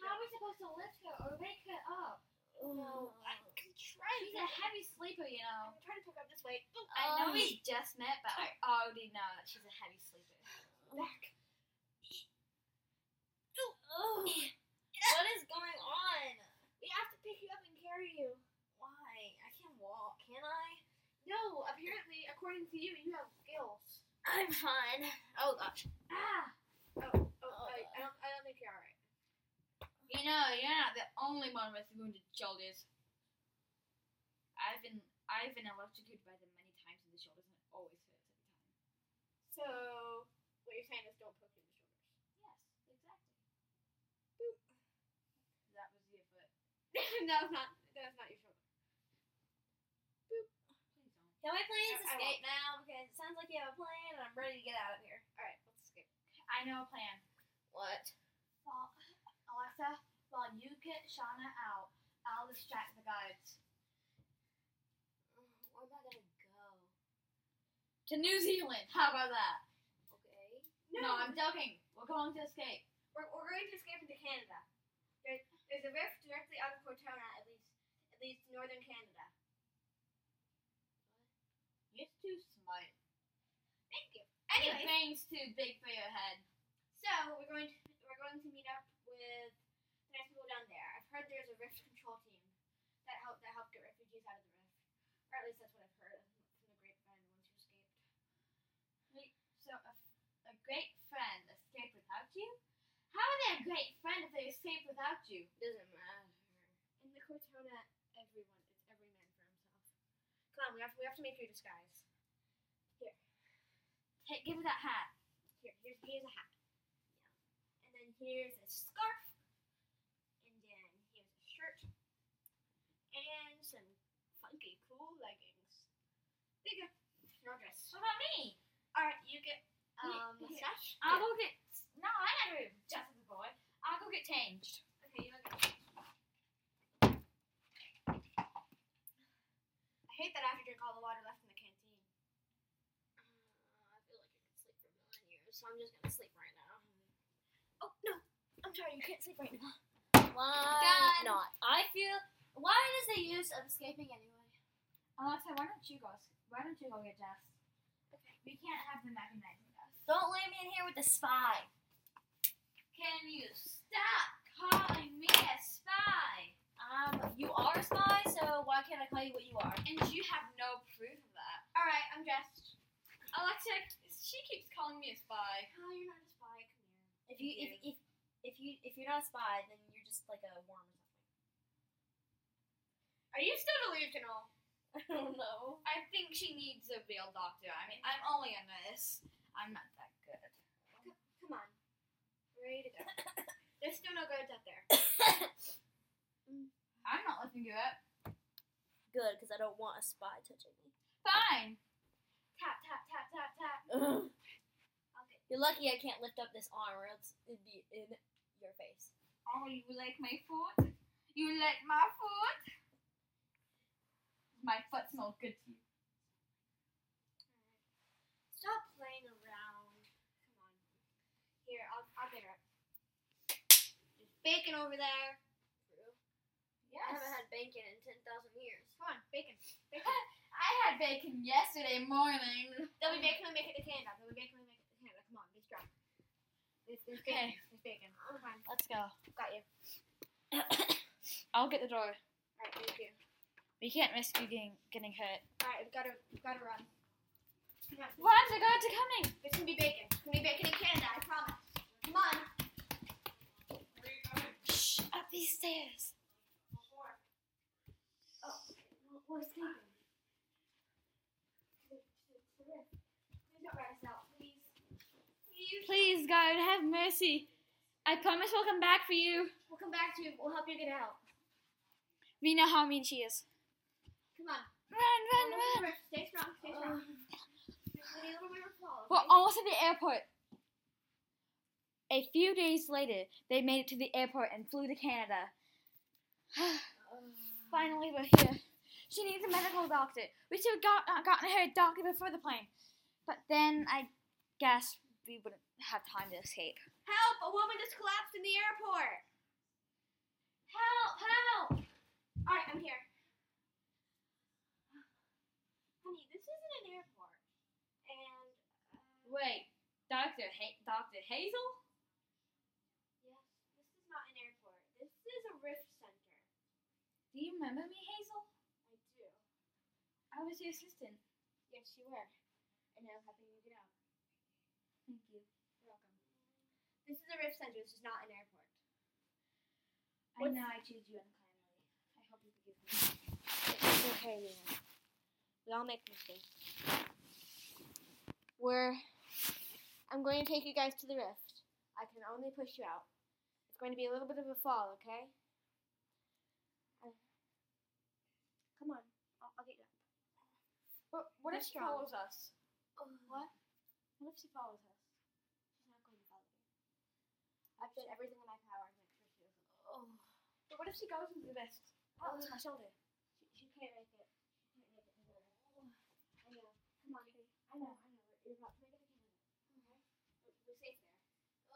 How are we supposed to lift her or wake her up? No, I can try to. She's a heavy sleeper, you know. I'm trying to pick up this way. Oh, I know um, we just met, but I already know that she's a heavy sleeper. back. Oh, what is going on? We have to pick you up and carry you. Why? I can't walk, Oh, can I? No, apparently, according to you, you have skills. I'm fine. Oh gosh. Ah! Oh, I, I don't, I don't think you're alright. You know, you're not the only one with wounded shoulders. I've been I've been electrocuted by them many times in the shoulders, and it always hurts every time. So, what you're saying is don't poke you in the shoulders. Yes, exactly. That was your foot. that was not. That was not your shoulder. Please don't. Can my I- I plans escape now? Because it sounds like you have a plan, and I'm ready to get out of here. All right, let's escape. I know a plan. What? Well, Alexa, while you get Shauna out, I'll distract the guards. Where am I gonna go? To New Zealand. How about that? Okay. No, I'm joking. We're going to escape. We're, we're going to escape into Canada. There, there's a rift directly out of Cortona, at least, at least northern Canada. You're too smart. Thank you. Your Anyway, brain's too big for your head. so we're going to we're going to meet up with the nice people down there. I've heard there's a rift control team that helped that helped get refugees out of the rift, or at least that's what I've heard from the grapevine once you escaped. So a, f- a great friend escaped without you? How are they a great friend if they escaped without you? Doesn't matter. In the Cortona, everyone is every man for himself. Come on, we have we have to make your disguise. Take, give her that hat. Here, here's here's a hat. Yeah. And then here's a scarf. And then here's a shirt. And some funky cool leggings. There you go. No dress. What about me? Alright, you get Um, um mustache. I'll go get. No, I never just as a boy. I'll go get changed. Okay, you look I hate that I have to drink all the water left in the canteen. I feel like I could sleep for a million years, so I'm just gonna sleep right now. Oh no! I'm sorry, you can't sleep right now. Why Done. not? I feel. Why is the use of escaping anyway? Alexa, Oh, why don't you go? s- Why don't you go get dressed? We can't have them recognizing us. Don't leave me in here with the spy. Can you stop calling me a spy? Um, you are a spy, so why can't I call you what you are? And you have no proof of that. Alright, I'm dressed. Alexa, she keeps calling me a spy. No, you're not a spy, come here. If you if if if you if you're not a spy, then you're just like a worm or something. Are you still delusional? I don't know. I think she needs a real doctor. I mean, I'm only a nurse. I'm not that good. Come on. We're ready to go. There's still no guards out there. I'm not lifting you up. Good, because I don't want a spy touching me. Fine. Tap, tap, tap, tap, tap. Ugh. Okay. You're lucky I can't lift up this arm, or else it'd be in your face. Oh, you like my foot? You like my foot? My foot smells good to you. Stop playing around. Come on. Here, I'll, I'll get her up. There's bacon over there. Yes. I haven't had bacon in 10,000 years. Come on, bacon. I had bacon yesterday morning. There'll be bacon when we make it to Canada. There'll be bacon when we make it to Canada. Come on, be strong. There's, there's bacon. Okay. There's bacon. We're fine. Let's go. Got you. I'll get the door. Alright, thank you. We can't risk you getting, getting hurt. Alright, we've got to, we've got to run. Come on. Why is the guards are coming? There's gonna be bacon. There's gonna be bacon in Canada, I promise. Come on. Shh, up these stairs. Oh, We're escaping. Please don't write us out, please. Please. Please, God, have mercy. I promise we'll come back for you. We'll come back to you. We'll help you get out. We know how mean she is. Come on. Run, run, run. Oh. Stay strong. Stay strong. There's a little bit of fall, We're okay? almost at the airport. A few days later, they made it to the airport and flew to Canada. Finally, we're here. She needs a medical doctor. We should have got, not gotten her a doctor before the plane. But then I guess we wouldn't have time to escape. Help! A woman just collapsed in the airport. uh, Wait, Doctor ha- Doctor Hazel? Yes, this is not an airport. This is a rift center. Do you remember me, Hazel? I do. I was your assistant. Yes, you were. And I'm helping you get out. Thank you. You're welcome. This is a rift center. This is not an airport. I What's- know I treated you unkindly. I hope you forgive me. It's okay, Nina. We all make mistakes. We're. I'm going to take you guys to the rift. I can only push you out. It's going to be a little bit of a fall, okay? I- Come on. I'll, I'll get you up. But what You're if she strong. follows us? What? What if she follows us? She's not going to follow you. I've done everything in my power to make sure she doesn't. Oh. But what if she goes into the vest? Oh, it's my shoulder. She, she can't make it. She can't make it. No. I know. Come on. I know. I know. You're about to make it. I can handle it. We're safe there.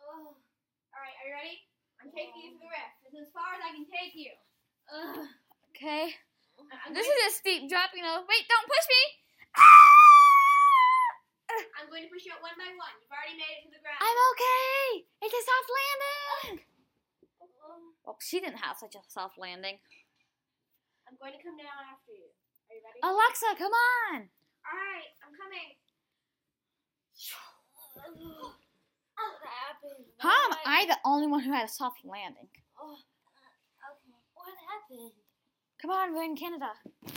Oh, All right. Are you ready? I'm taking you to the rift. This is as far as I can take you. ugh. Okay. I'm, This going, is a steep drop, you know. Wait, don't push me! Ah! I'm going to push you out one by one. You've already made it to the ground. I'm okay! It's a soft landing! Oh. Well, she didn't have such a soft landing. I'm going to come down after you. Are you ready? Alexa, come on! All right. I'm coming. How did that happen? How am Why? I the only one who had a soft landing? Oh, uh, okay. What happened? Come on, we're in Canada. What?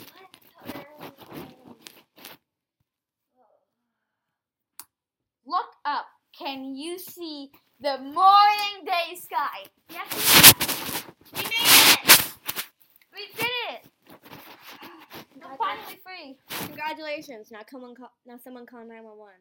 Oh, Look up. Can you see the morning day sky? Yes, we made it! We did it! I'm finally free. Congratulations. Now come on. Call, now someone call 911.